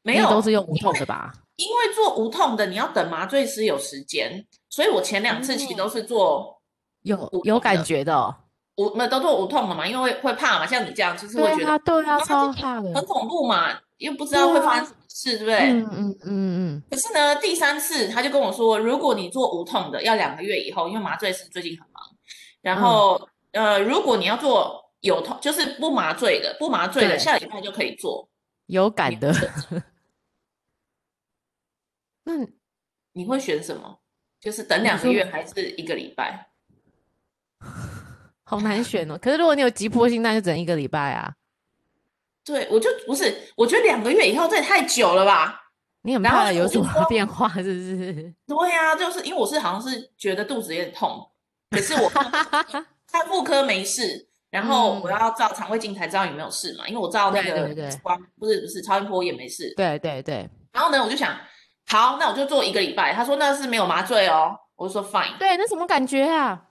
B: 没
A: 你也
B: 有
A: 都是用无
B: 因
A: 痛
B: 为
A: 的吧？
B: 因为做无痛的，你要等麻醉师有时间，所以我前两次其实都是做
A: 有
B: 无
A: 有
B: 痛
A: 感
B: 的
A: 觉的哦，
B: 无，那都做无痛的嘛，因为会会怕嘛，像你这样就是会觉
A: 对啊，对
B: 得
A: 啊，
B: 然后
A: 超
B: 就
A: 怕的，
B: 很恐怖嘛，又不知道
A: 对啊
B: 会发生什么事，对不对
A: 嗯？嗯嗯
B: 可是呢，第三次他就跟我说，如果你做无痛的，要两个月以后，因为麻醉师最近很忙。然
A: 嗯
B: 后，呃，如果你要做有痛，就是不麻醉的，不麻醉
A: 对
B: 的，下礼拜就可以做。
A: 有感的。那你
B: 你会选什么？就是等
A: 你
B: 两个
A: 说
B: 月还是一个礼拜？
A: 好难选哦。可是如果你有急迫性，那就只能一个礼拜啊。
B: 对，我就不是，我觉得两个月以后这也太久了吧？
A: 你很
B: 然后
A: 怕
B: 就
A: 有
B: 我
A: 什
B: 就
A: 么
B: 说
A: 变化，是不是？
B: 对呀、就是因为我是好像是觉得肚子有点痛，可是 我看看妇科没事，然后我
A: 嗯
B: 要照肠胃镜才知道有没有事嘛，因为我照那
A: 对
B: 个
A: 对对
B: X 光不是不是超音波也没事。
A: 对对对
B: 然后呢，我就想，好，那我就做一个礼拜。他说那是没有麻醉哦，我就说 fine。
A: 对，那什么感觉啊？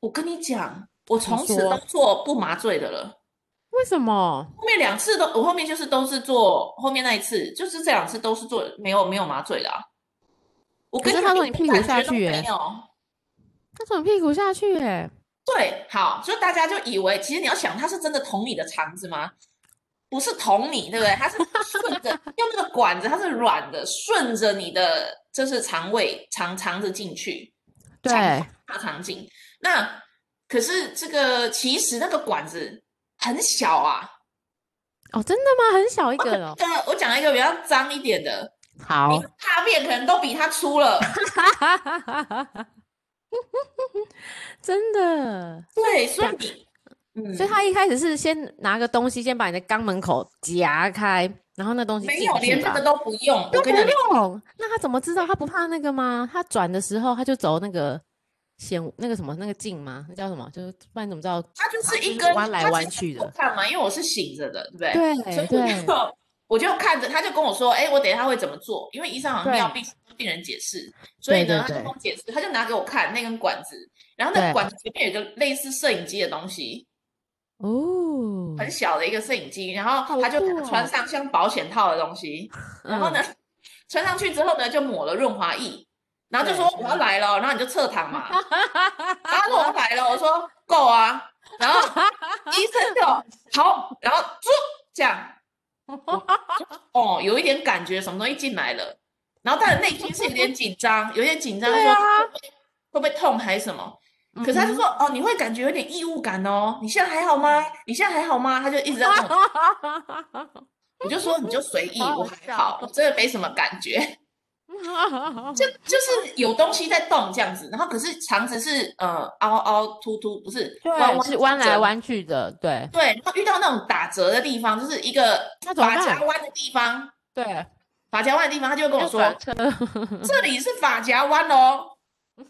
B: 我跟你讲，我从此
A: 说
B: 都做不麻醉的了。
A: 为什么？
B: 后面两次都，我后面就是都是做，后面那一次就是这两次都是做没有没有麻醉的啊。我
A: 可
B: 跟
A: 是他
B: 们
A: 说
B: 一
A: 你
B: 点
A: 屁股
B: 感
A: 下
B: 觉都
A: 去
B: 没
A: 耶
B: 有。
A: 他从你屁股下去哎、
B: 对，好，就大家就以为，其实你要想，它是真的捅你的肠子吗？不是捅你，对不对？它是顺着用那个管子，它是软的，顺着你的就是肠胃肠肠子进去，
A: 对
B: 肠大肠镜。那可是这个其实那个管子很小啊。
A: 哦，真的吗？很小一个 哦。
B: 呃，我讲一个比较脏一点的，
A: 好
B: 你，大便可能都比它粗了。
A: 真的。
B: 对，所以你，嗯，
A: 所以他一开始是先拿个东西，先把你的肛门口夹开，然后那东西
B: 没
A: 进
B: 有
A: 去
B: 连这
A: 吧
B: 个都不用。
A: 都不
B: 我跟你讲，
A: 用，那他怎么知道？他不怕那个吗？他转的时候他就走那个显那个什么那个镜吗？那叫什么？就是不然怎么知道？
B: 它就是
A: 它就
B: 一
A: 是
B: 根
A: 弯来
B: 它其
A: 弯
B: 实
A: 去
B: 我
A: 的
B: 看嘛，因为我是醒着的，对不对？
A: 对
B: 所以我
A: 对
B: 就 我就看着，他就跟我说：“哎、我等一下会怎么做？”因为医生好像
A: 对
B: 要病病人解释，所以
A: 对
B: 呢，
A: 对
B: 他就
A: 对
B: 跟我解释，他就拿给我看那根管子，然后那
A: 对
B: 个管子前面有一个类似摄影机的东西，
A: 哦，
B: 很小的一个摄影机，然后
A: 好
B: 他就
A: 酷
B: 穿
A: 哦
B: 上像保险套的东西，然后
A: 嗯
B: 呢， 穿上去之后呢，就抹了润滑液，然后就
A: 对
B: 说：“我要来了。”然后你就侧 躺嘛，然后他说我要来了，我说够啊，然后医生就好，然后就这样， 哦，有一点感觉什么东西进来了，然后他的内心是有点紧张，有点紧张
A: 对
B: 说
A: 啊
B: 会不会会不会痛还是什么，
A: 嗯，
B: 可是他就
A: 嗯
B: 说哦，你会感觉有点异物感哦，你现在还好吗？你现在还好吗？他就一直在问我，我就说你就随 意，
A: 好好
B: 我还好，我真的没什么感觉。
A: 哼，
B: 就就是有东西在动这样子，然后可是肠子是呃凹凹凸凸，不是 弯
A: 对，
B: 弯
A: 是弯来
B: 折。
A: 弯去的，对
B: 对，然后遇到那种打折的地方，就是一个
A: 那怎么
B: 法夹
A: 办
B: 弯的地方，
A: 对，
B: 法夹弯的地方，他就会跟我
A: 要
B: 说，
A: 转车，
B: 这里是法夹弯 哦，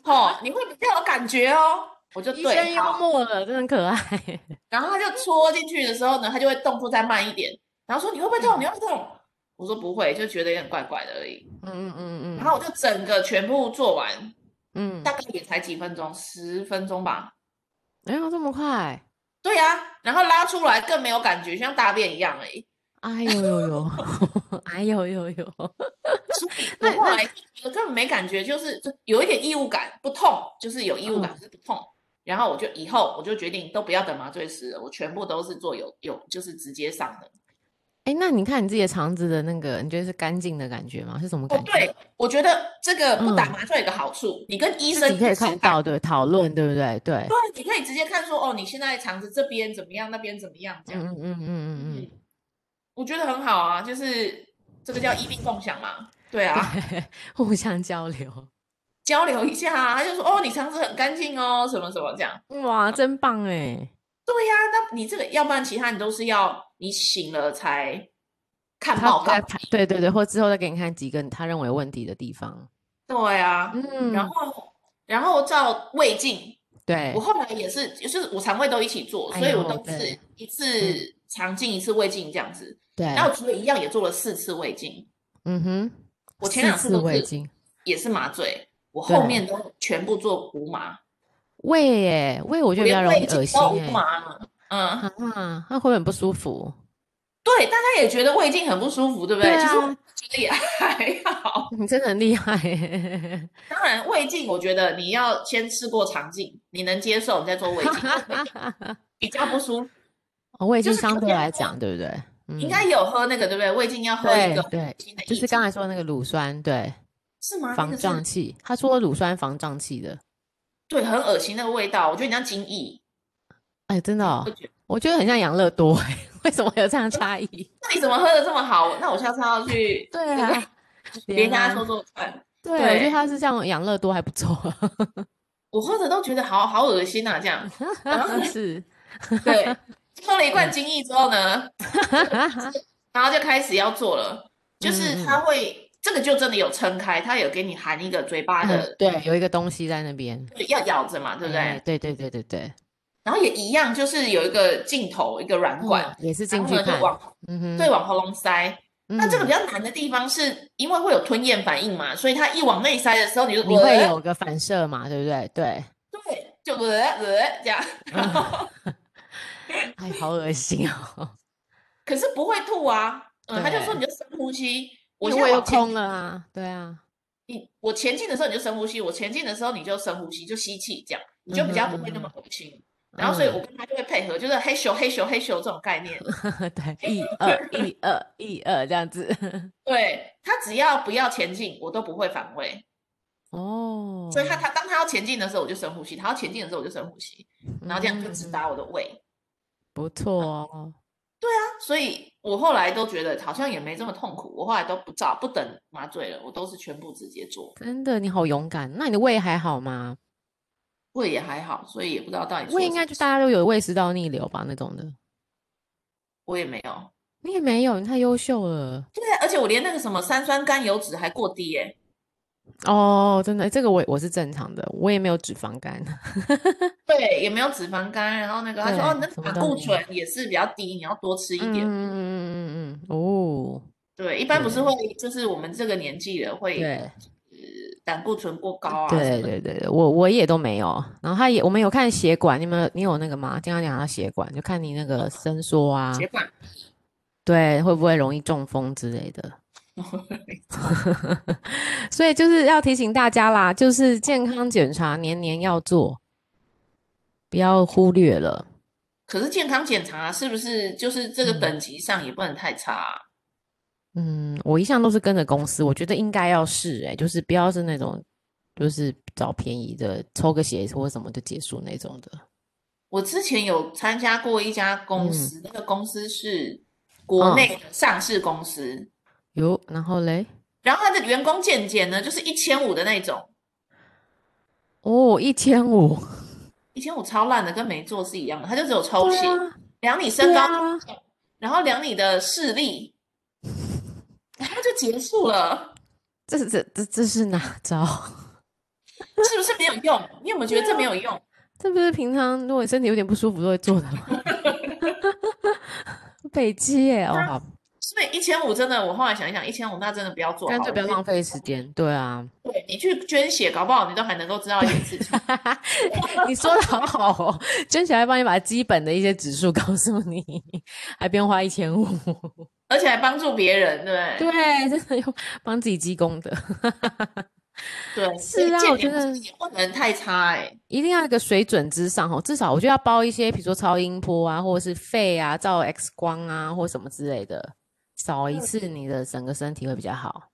B: 哦，你会比较有感觉哦。我就
A: 医生
B: 对，
A: 幽
B: 好，
A: 默了，真的很可爱。
B: 然后他就戳进去的时候呢，他就会动作再慢一点，然后说你会不会痛？你会不会痛？我说不会，就觉得有点怪怪的而已。
A: 嗯嗯嗯嗯，
B: 然后我就整个全部做完，
A: 嗯
B: 大，概也才几分钟，十分钟吧。
A: 哎呦，这么快，
B: 对啊，然后拉出来更没有感觉，像大便一样而已。
A: 哎呦呦 呦，哎呦呦呦，
B: 所以我后来就觉得根本没感觉，就是就有一点异物感，不痛，就是有异物感，
A: 嗯
B: 可是不痛。然后我就以后我就决定都不要等麻醉师了，我全部都是做有有就是直接上的。
A: 哎，那你看你自己的肠子的那个，你觉得是干净的感觉吗？是什么
B: 哦
A: 感，觉？
B: 对，我觉得这个不打
A: 嗯
B: 麻醉有个好处，你跟医
A: 自
B: 生
A: 己可以
B: 直接
A: 看
B: 看
A: 到，对，讨论，对不对？对，
B: 对，你可以直接看说哦，你现在肠子这边怎么样，那边怎么样，这
A: 嗯
B: 样。
A: 嗯嗯嗯嗯嗯。
B: 嗯，我觉得很好啊，就是这个叫医病共享嘛。对啊，
A: 对，互相交流。
B: 交流一下啊，他就说哦，你肠子很干净哦，什么什么这样。
A: 哇，真棒哎！
B: 对呀、那你这个要不然其他你都是要你醒了才看
A: 他
B: 报告
A: 在。排对对对，或之后再给你看几个他认为有问题的地方。
B: 对啊，
A: 嗯，
B: 然后然后照胃镜，
A: 对
B: 我，后来也是，就是我肠胃都一起做，所以
A: 哎
B: 我
A: 呦
B: 都是
A: 对嗯
B: 一次肠镜一次胃镜这样子。
A: 对，
B: 然后除了一样也做了四次胃镜，
A: 嗯哼，
B: 我前
A: 四
B: 两次
A: 次
B: 都
A: 胃
B: 是
A: 镜，
B: 也是麻醉，我
A: 对
B: 后面都全部做无麻。
A: 胃耶，胃我觉得
B: 我
A: 比较
B: 连
A: 容
B: 胃
A: 易
B: 镜
A: 恶心
B: 都
A: 哎，
B: 麻了。嗯，
A: 啊，那会不会很不舒服？
B: 对，大家也觉得胃镜很不舒服，对不对？
A: 对
B: 其实我
A: 啊
B: 觉得也 还好。
A: 你真的很厉害欸耶，
B: 当然，胃镜我觉得你要先试过肠镜，你能接受，你再做 胃镜比较不舒服。
A: 哦胃
B: 就
A: 镜
B: 是有
A: 相对
B: 点
A: 来
B: 多
A: 讲，对不对？
B: 应
A: 嗯
B: 该有喝那个，对不对？胃镜要喝一
A: 对
B: 个
A: 对，
B: 新的
A: 就
B: 液
A: 是刚
B: 体
A: 才说的那个乳酸，对，
B: 是吗？啊那
A: 防
B: 个是
A: 胀气，他说乳酸防胀气的，
B: 对，很恶心那个味道，我觉得你像精液。
A: 哎，真的哦
B: 我，觉得
A: 我觉得很像养乐多哎， 为什么有这样差异？
B: 那你怎么喝的这么好？那我下次要去
A: 对
B: 那个
A: 啊，
B: 别
A: 连
B: 人家
A: 安
B: 做做看。
A: 对，我觉
B: 对
A: 得它是像养乐多还不错，
B: 我喝着都觉得好好恶心啊，这样。然后
A: 是，
B: 对，喝了一罐精液之后 呢，然后就开始要做了，
A: 嗯
B: 就是它会这个就真的有撑开，它有给你含一个嘴巴
A: 嗯
B: 的，
A: 对，有一个东西在那边，
B: 要咬着嘛，对不
A: 哎
B: 对？
A: 对对对对嗯对，
B: 然后也一样，就是有一个镜头，一个软管，
A: 也是
B: 然
A: 嗯进
B: 后
A: 去
B: 呢就
A: 看，
B: 往
A: 嗯哼，
B: 对往喉咙塞。
A: 嗯，
B: 那这个比较难的地方是因为会有吞咽反应嘛，所以它一往内塞的时候，你就
A: 你会
B: 呃
A: 有个反射嘛，对不对？对，
B: 对，就呃呃这样，然后
A: 嗯 哎，好恶心哦，
B: 可是不会吐啊，嗯，他就说
A: 对
B: 你就深呼吸。我
A: 因
B: 现
A: 为胃
B: 在
A: 又
B: 往前
A: 空了啊，对啊，
B: 你我前进的时候你就深呼吸，我前进的时候你就深呼吸，就吸气，这样你就比较不会那
A: 嗯
B: 么恶心。然后所以我跟他就会配合，就是嘿咻嘿咻嘿咻这种概念。
A: 嗯 对，一二一二一二这样子，
B: 对他只要不要前进，我都不会反胃。
A: 哦，
B: 所以他他当他要前进的时候，我就深呼吸；他要前进的时候，我就深呼吸，然后这样就直
A: 嗯
B: 达我的胃。
A: 不错哦，
B: 所以我后来都觉得好像也没这么痛苦，我后来都不照不等麻醉了，我都是全部直接做，
A: 真的，你好勇敢，那你的胃还好吗？
B: 胃也还好，所以也不知道到底
A: 胃
B: 说
A: 应
B: 什
A: 该
B: 么
A: 就
B: 事
A: 大家都有胃食道逆流吧那种的，
B: 我也没有。
A: 你也没有，你太优秀了。
B: 对啊，而且我连那个什么三酸甘油脂还过低耶、
A: 哦，真的，这个我我是正常的，我也没有脂肪肝。
B: 对，也没有脂肪肝。然后那个他说哦，
A: 对
B: 那
A: 什么
B: 胆
A: 都
B: 固
A: 没有
B: 醇也是比较低，你要多吃一
A: 嗯
B: 点。
A: 嗯嗯嗯嗯嗯，哦，
B: 对，一般不是会就是我们这个年纪了会
A: 对
B: 呃胆固醇过高啊什
A: 对
B: 么的。
A: 对对，我我也都没有。然后他也，我们有看血管，你们你有那个吗？经常讲到血管，就看你那个伸缩啊，
B: 血管
A: 对，会不会容易中风之类的。 所以就是要提醒大家啦，就是健康检查年年要做，不要忽略了。
B: 可是健康检查是不是就是这个等级上也不能太差啊、
A: 嗯，我一向都是跟着公司，我觉得应该要是哎、就是不要是那种就是找便宜的，抽个血或什么就结束那种的。
B: 我之前有参加过一家公
A: 嗯
B: 司，那个公司是国
A: 嗯
B: 内的上市公司，
A: 有，然后嘞，
B: 然后它的员工健检呢就是一千五的那种，
A: 哦，一千五，
B: 一千五超烂的，跟没做哦是一样的，它就只有抽
A: 对
B: 血，
A: 啊
B: 量你身
A: 对
B: 高
A: 啊，
B: 然后量你的视力，然后就结束了，
A: 这这这这是哪招？
B: 是不是没有用？你有没有觉得这没有用？
A: 这不是平常如果身体有点 不舒服都会做的吗？北七耶，哦好，
B: 所以医一千五真的，我后来想一想，一千五那真的不要做好了，
A: 干脆不要浪费时间。对啊，
B: 对你去捐血，搞不好你都还能够知道一点事情。
A: 你说的好好哦，捐起来帮你把基本的一些指数告诉你，还不用花一千 五。
B: 而且还帮助别人，对不
A: 对，真的用帮自己积功德。
B: 对？对，
A: 是啊
B: 所
A: 我
B: 以健
A: 觉得
B: 脸不能太差哎、
A: 一定要一个水准之上哦，至少我就要包一些，比如说超音波啊，或者是肺啊、照 X 光啊，或什么之类的，扫一次
B: 嗯
A: 你的整个身体会比较好。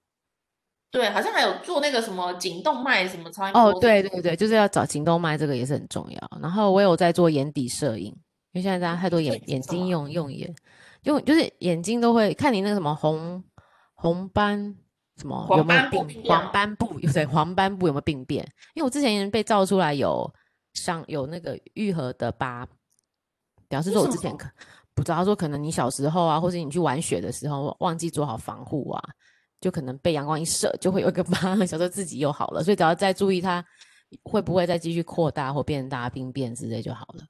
B: 对，好像还有做那个什么颈动脉什么超音波
A: 哦，对对对，就是要找颈动脉，这个也是很重要。然后我有在做眼底摄影，因为现在大家太多眼
B: 这是
A: 眼
B: 什么
A: 睛用用眼，用就是眼睛都会看你那个什么红红斑什么有
B: 黄
A: 没有
B: 斑部
A: 病
B: 病变
A: 黄斑部对黄斑部有没有病变？因为我之前被照出来有伤有那个愈合的疤，表示
B: 为
A: 说我
B: 什
A: 之前
B: 么
A: 可不知道他说可能你小时候啊，或是你去玩雪的时候忘记做好防护啊，就可能被阳光一射就会有一个 疤，小时候自己又好了，所以只要再注意它会不会再继续扩大或变大病变之类就好了。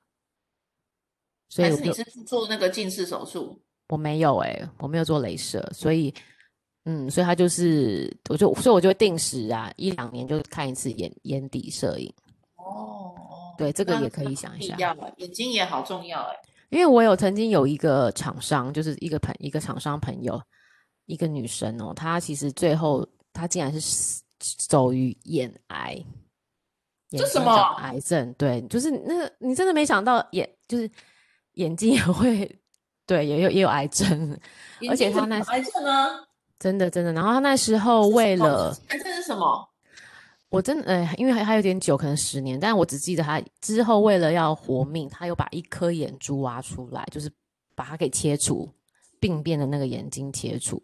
A: 所以
B: 还
A: 我
B: 是你
A: 就是
B: 去做那个近视手术？
A: 我没有哎、我没有做镭射，所以嗯，所以它就是我就所以我就会定时啊，一两年就看一次眼眼底摄影。
B: 哦，
A: 对这个
B: 那
A: 也可
B: 那
A: 以
B: 很
A: 想一
B: 必
A: 下
B: 要啊，眼睛也好重要哎、
A: 因为我有曾经有一个厂商，就是一个朋一个厂商朋友，一个女生哦，她其实最后她竟然是死走于眼癌，眼
B: 这什
A: 睛长
B: 么
A: 癌症？对，就是那个你真的没想到眼就是眼睛也会 对也有也有癌症，
B: 眼
A: 而且
B: 睛
A: 他
B: 怎么
A: 那
B: 有癌症呢？
A: 真的真的。然后她那时候为了
B: 癌症是什么？
A: 我真的，呃，因为还还有点久，可能十年，但我只记得他之后为了要活命，他又把一颗眼珠挖出来，就是把它给切除，病变的那个眼睛切除。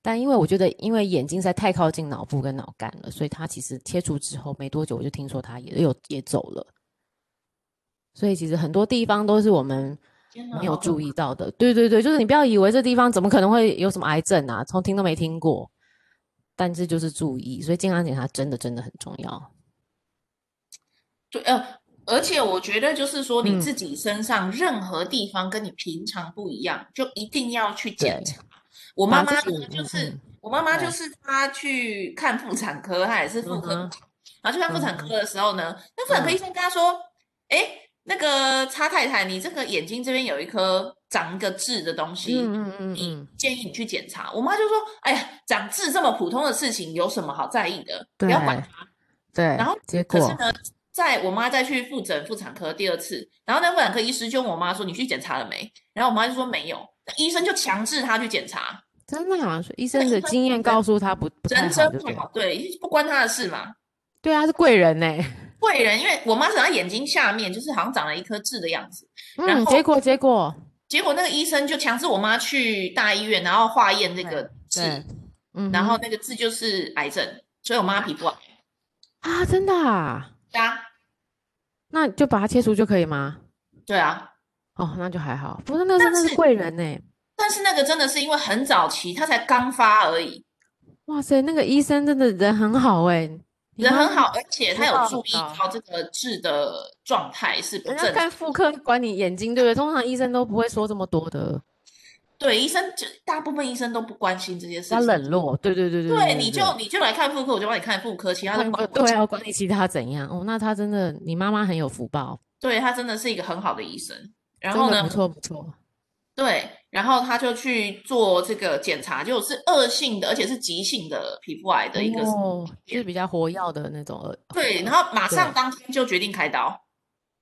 A: 但因为我觉得，因为眼睛实在太靠近脑部跟脑干了，所以他其实切除之后没多久，我就听说他也有也走了。所以其实很多地方都是我们
B: 天哪
A: 没有
B: 好可
A: 注意到的。对对对，就是你不要以为这地方怎么可能会有什么癌症啊，从听都没听过。但是就是注意，所以健康检查真的真的很重要。
B: 对，呃，而且我觉得就是说，
A: 嗯
B: 你自己身上任何地方跟你平常不一样，就一定要去检
A: 对
B: 查。我
A: 把
B: 妈妈
A: 自己
B: 呢，就
A: 嗯
B: 是
A: 嗯
B: 我妈妈
A: 对
B: 就是她去看妇产科，她也是妇科
A: 嗯
B: 嘛，然后去看妇产
A: 嗯哼
B: 科的时候呢，那妇产科
A: 嗯
B: 医生跟她说：“哎，那个叉太太，你这个眼睛这边有一颗长一个痣的东西，
A: 嗯嗯嗯
B: 你
A: 嗯，
B: 建议你去检查。”我妈就说：“哎呀，长痣这么普通的事情，有什么好在意的？不要管
A: 对
B: 它。”
A: 对。
B: 然后
A: 结
B: 可
A: 果
B: 是呢，在我妈再去复诊妇产科第二次，然后那妇产科医师就问我妈说：“你去检查了没？”然后我妈就说：“没有。”那医生就强制她去检查，
A: 真的啊，所以医生的
B: 医生
A: 经验
B: 人
A: 告诉他不不太
B: 人
A: 好，
B: 真
A: 就
B: 不
A: 对了。
B: 好，对，不关她的事嘛。
A: 对啊，他是贵人呢、
B: 贵人，因为我妈是她眼睛下面就是好像长了一颗痣的样子，然
A: 嗯，结
B: 后
A: 果结果，
B: 结果那个医生就强制我妈去大医院，然后化验那个
A: 对
B: 痣，，
A: 嗯哼，
B: 然后那个痣就是癌症，所以我妈皮肤癌。
A: 啊，真的啊，
B: 对啊，
A: 那你就把它切除就可以吗？
B: 对啊，
A: 哦，那就还好。不是，那是
B: 但
A: 那是
B: 是
A: 贵人呢、
B: 但是那个真的是因为很早期，她才刚发而已。
A: 哇塞，那个医生真的人很好哎、你
B: 人
A: 妈
B: 很好，而且
A: 知
B: 他
A: 道
B: 有注
A: 很
B: 意
A: 高
B: 到这个痣的状态是不
A: 人家
B: 正
A: 看
B: 常。
A: 妇科管你眼睛，对不对？通常医生都不会说这么多的，
B: 对，医生就大部分医生都不关心这些事
A: 他
B: 情。
A: 冷落，对对对对
B: 对，你就你就来看妇科，我就帮你看妇科，其他
A: 对
B: 都
A: 对
B: 管
A: 对
B: 我。
A: 啊，管你其他怎样哦。那他真的，你妈妈很有福报，
B: 对，他真的是一个很好的医生。然
A: 真
B: 后
A: 的
B: 呢
A: 不，错不错。
B: 对，然后他就去做这个检查，就是恶性的，而且是急性的皮肤癌的一个。
A: 哦，就是比较活跃的那种。
B: 对，然后马上
A: 对啊
B: 当天就决定开刀。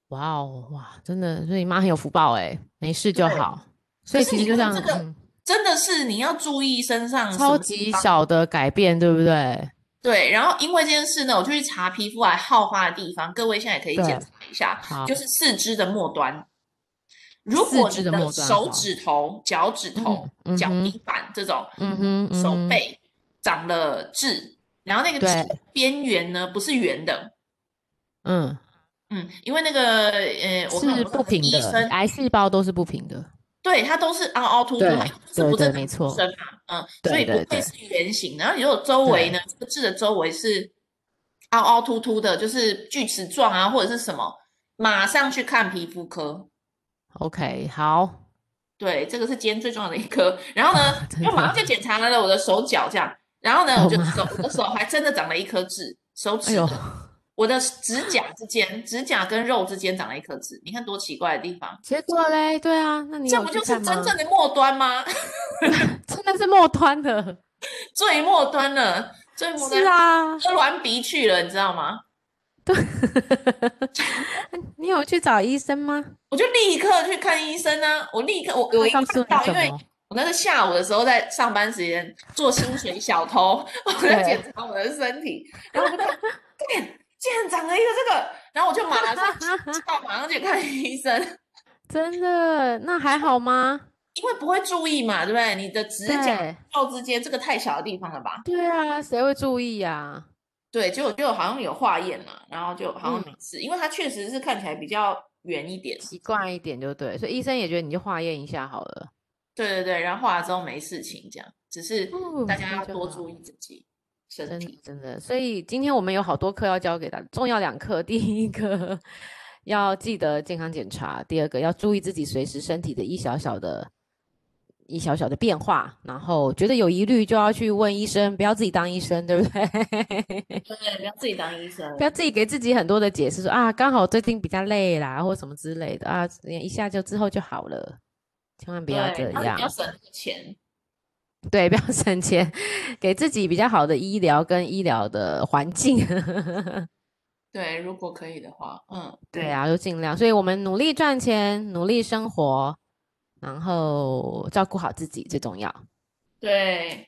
A: 哇哦哇，真的，所以你妈很有福报哎，没事就
B: 对
A: 好。所以
B: 是
A: 其
B: 你
A: 实就
B: 看
A: 像、
B: 这个嗯
A: 嗯、
B: 真的是你要注意身上什
A: 超
B: 么
A: 级小的改变，对不对？
B: 对，然后因为这件事呢，我就去查皮肤癌好发的地方，各位现在也可以检
A: 对
B: 查一下，
A: 好，
B: 就是四肢的末端。如
A: 四
B: 果
A: 肢
B: 你
A: 的末端
B: 手
A: 好
B: 指头、脚趾头、
A: 嗯
B: 脚
A: 哼
B: 底板这种
A: 嗯哼，嗯
B: 手
A: 哼，
B: 背长了痣，然后那个
A: 对
B: 痣边缘呢不是圆的，
A: 嗯，
B: 嗯，因为那个呃，我看
A: 是
B: 我
A: 不平
B: 医
A: 的，
B: 生
A: 癌细胞都是不平的。
B: 对，它都是凹凹凸凸
A: 对
B: 嘛，因为它是
A: 对
B: 不
A: 对
B: 正常
A: 没
B: 出
A: 错
B: 生嘛，嗯，
A: 对
B: 所以不
A: 对对
B: 会是圆形。然后你如果周围呢，这个痣的周围是凹凹凸凸的，就是锯齿状啊，或者是什么，马上去看皮肤科。
A: OK，好，
B: 对，这个是今天最重要的一科。然后呢，
A: 真
B: 就马上
A: 的
B: 就检查了我的手脚这样，然后呢，我
A: 好
B: 就
A: 吗？
B: 手我的手还真的长了一颗痣，手
A: 哎
B: 指
A: 呦，
B: 的，我的指甲之间，指甲跟肉之间长了一颗痣，你看多奇怪的地方，
A: 结果嘞，对啊，那你
B: 这
A: 有
B: 不
A: 去
B: 就是
A: 看
B: 真
A: 吗？
B: 正的末端吗？
A: 真的是末端的，
B: 最末端了，最末端
A: 是啊，
B: 割完鼻去了，你知道吗？
A: 你有去找医生吗？
B: 我就立刻去看医生啊！我立刻，我我
A: 他告
B: 一看
A: 诉你
B: 到，
A: 什
B: 因为
A: 么？
B: 我那个下午的时候在上班时间做薪水小偷， 我在
A: 对，
B: 检查我的身体，然后我就看，看，竟然长了一个这个，然后我就马上 到马上去看医生，
A: 啊真的，那还好吗？
B: 因为不会注意嘛，对不对？你的指甲
A: 对，
B: 肉之间这个太小的地方了吧？
A: 对啊，谁会注意啊呀？
B: 对，结果就好像有化验嘛，然后就好像没
A: 嗯，
B: 事，因为它确实是看起来比较圆一点。
A: 习惯一点就对，所以医生也觉得你就化验一下好了。
B: 对对对，然后化了之后没事情，这样，只是大
A: 哦，
B: 家
A: 那
B: 要
A: 就
B: 多
A: 好。
B: 注意自己身
A: 真的
B: 体。
A: 真的，所以今天我们有好多课要教给大家，重要两课。第一个要记得健康检查，第二个要注意自己随时身体的一小小的、一小小的变化，然后觉得有疑虑就要去问医生，不要自己当医生，对不 对？
B: 对，不要自己当医
A: 不要
B: 生。
A: 自己给自己很多的解释说，啊，刚好最近比较累啦，或什么之类的啊，一下就之后就好了，千万不
B: 对，
A: 要这
B: 然后你要
A: 样。
B: 省那个钱。
A: 对，不要省 钱，给自己比较好的医疗跟医疗的环境。
B: 对，如果可以的话，嗯，
A: 对
B: 对，
A: 啊，就尽量。所以我们努力赚钱，努力生活，然后照顾好自己最重要。
B: 对，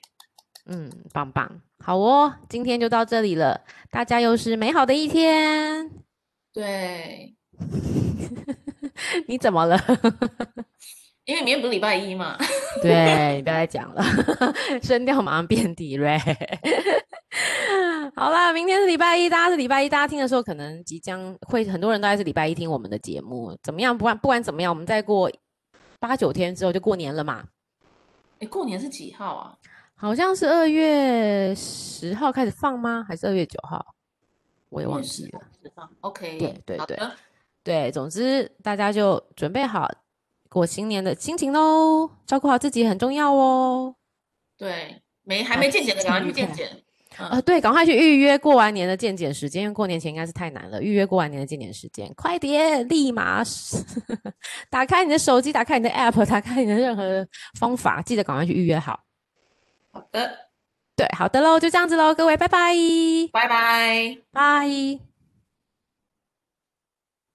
A: 嗯，棒棒，好哦，今天就到这里了，大家又是美好的一天。
B: 对，
A: 你怎么了？
B: 因为明天不是礼拜一嘛，
A: 对，你不要再讲了， 声调马上变低嘞。 好啦，明天是礼拜一，大家是礼拜一，大家听的时候可能即将会很多人都在是礼拜一听我们的节目，怎么样？不管不管怎么样，我们再过八九天之后就过年了嘛。
B: 哎，过年是几号啊？
A: 好像是二月十号开始放吗？还是二月九号？我也
B: 二月
A: 忘
B: 十
A: 记
B: 号
A: 了。
B: 开始放
A: 对
B: ，OK，
A: 对
B: 好
A: 对
B: 的，
A: 对，总之大家就准备好过新年的心情喽，照顾好自己很重要哦。
B: 对，没还
A: 把
B: 没
A: 自
B: 健
A: 己
B: 检的，
A: 健
B: 赶快去
A: 康起
B: 健
A: 来。
B: 检。嗯，
A: 呃，对，赶快去预约过完年的健检时间，因为过年前应该是太难了。预约过完年的健检时间，快点，立马 打开你的手机，打开你的 App，打 开你的任何方法，记得赶快去预约好。
B: 好的，
A: 对，好的喽，就这样子喽，各位，拜拜，
B: 拜拜。
A: 拜。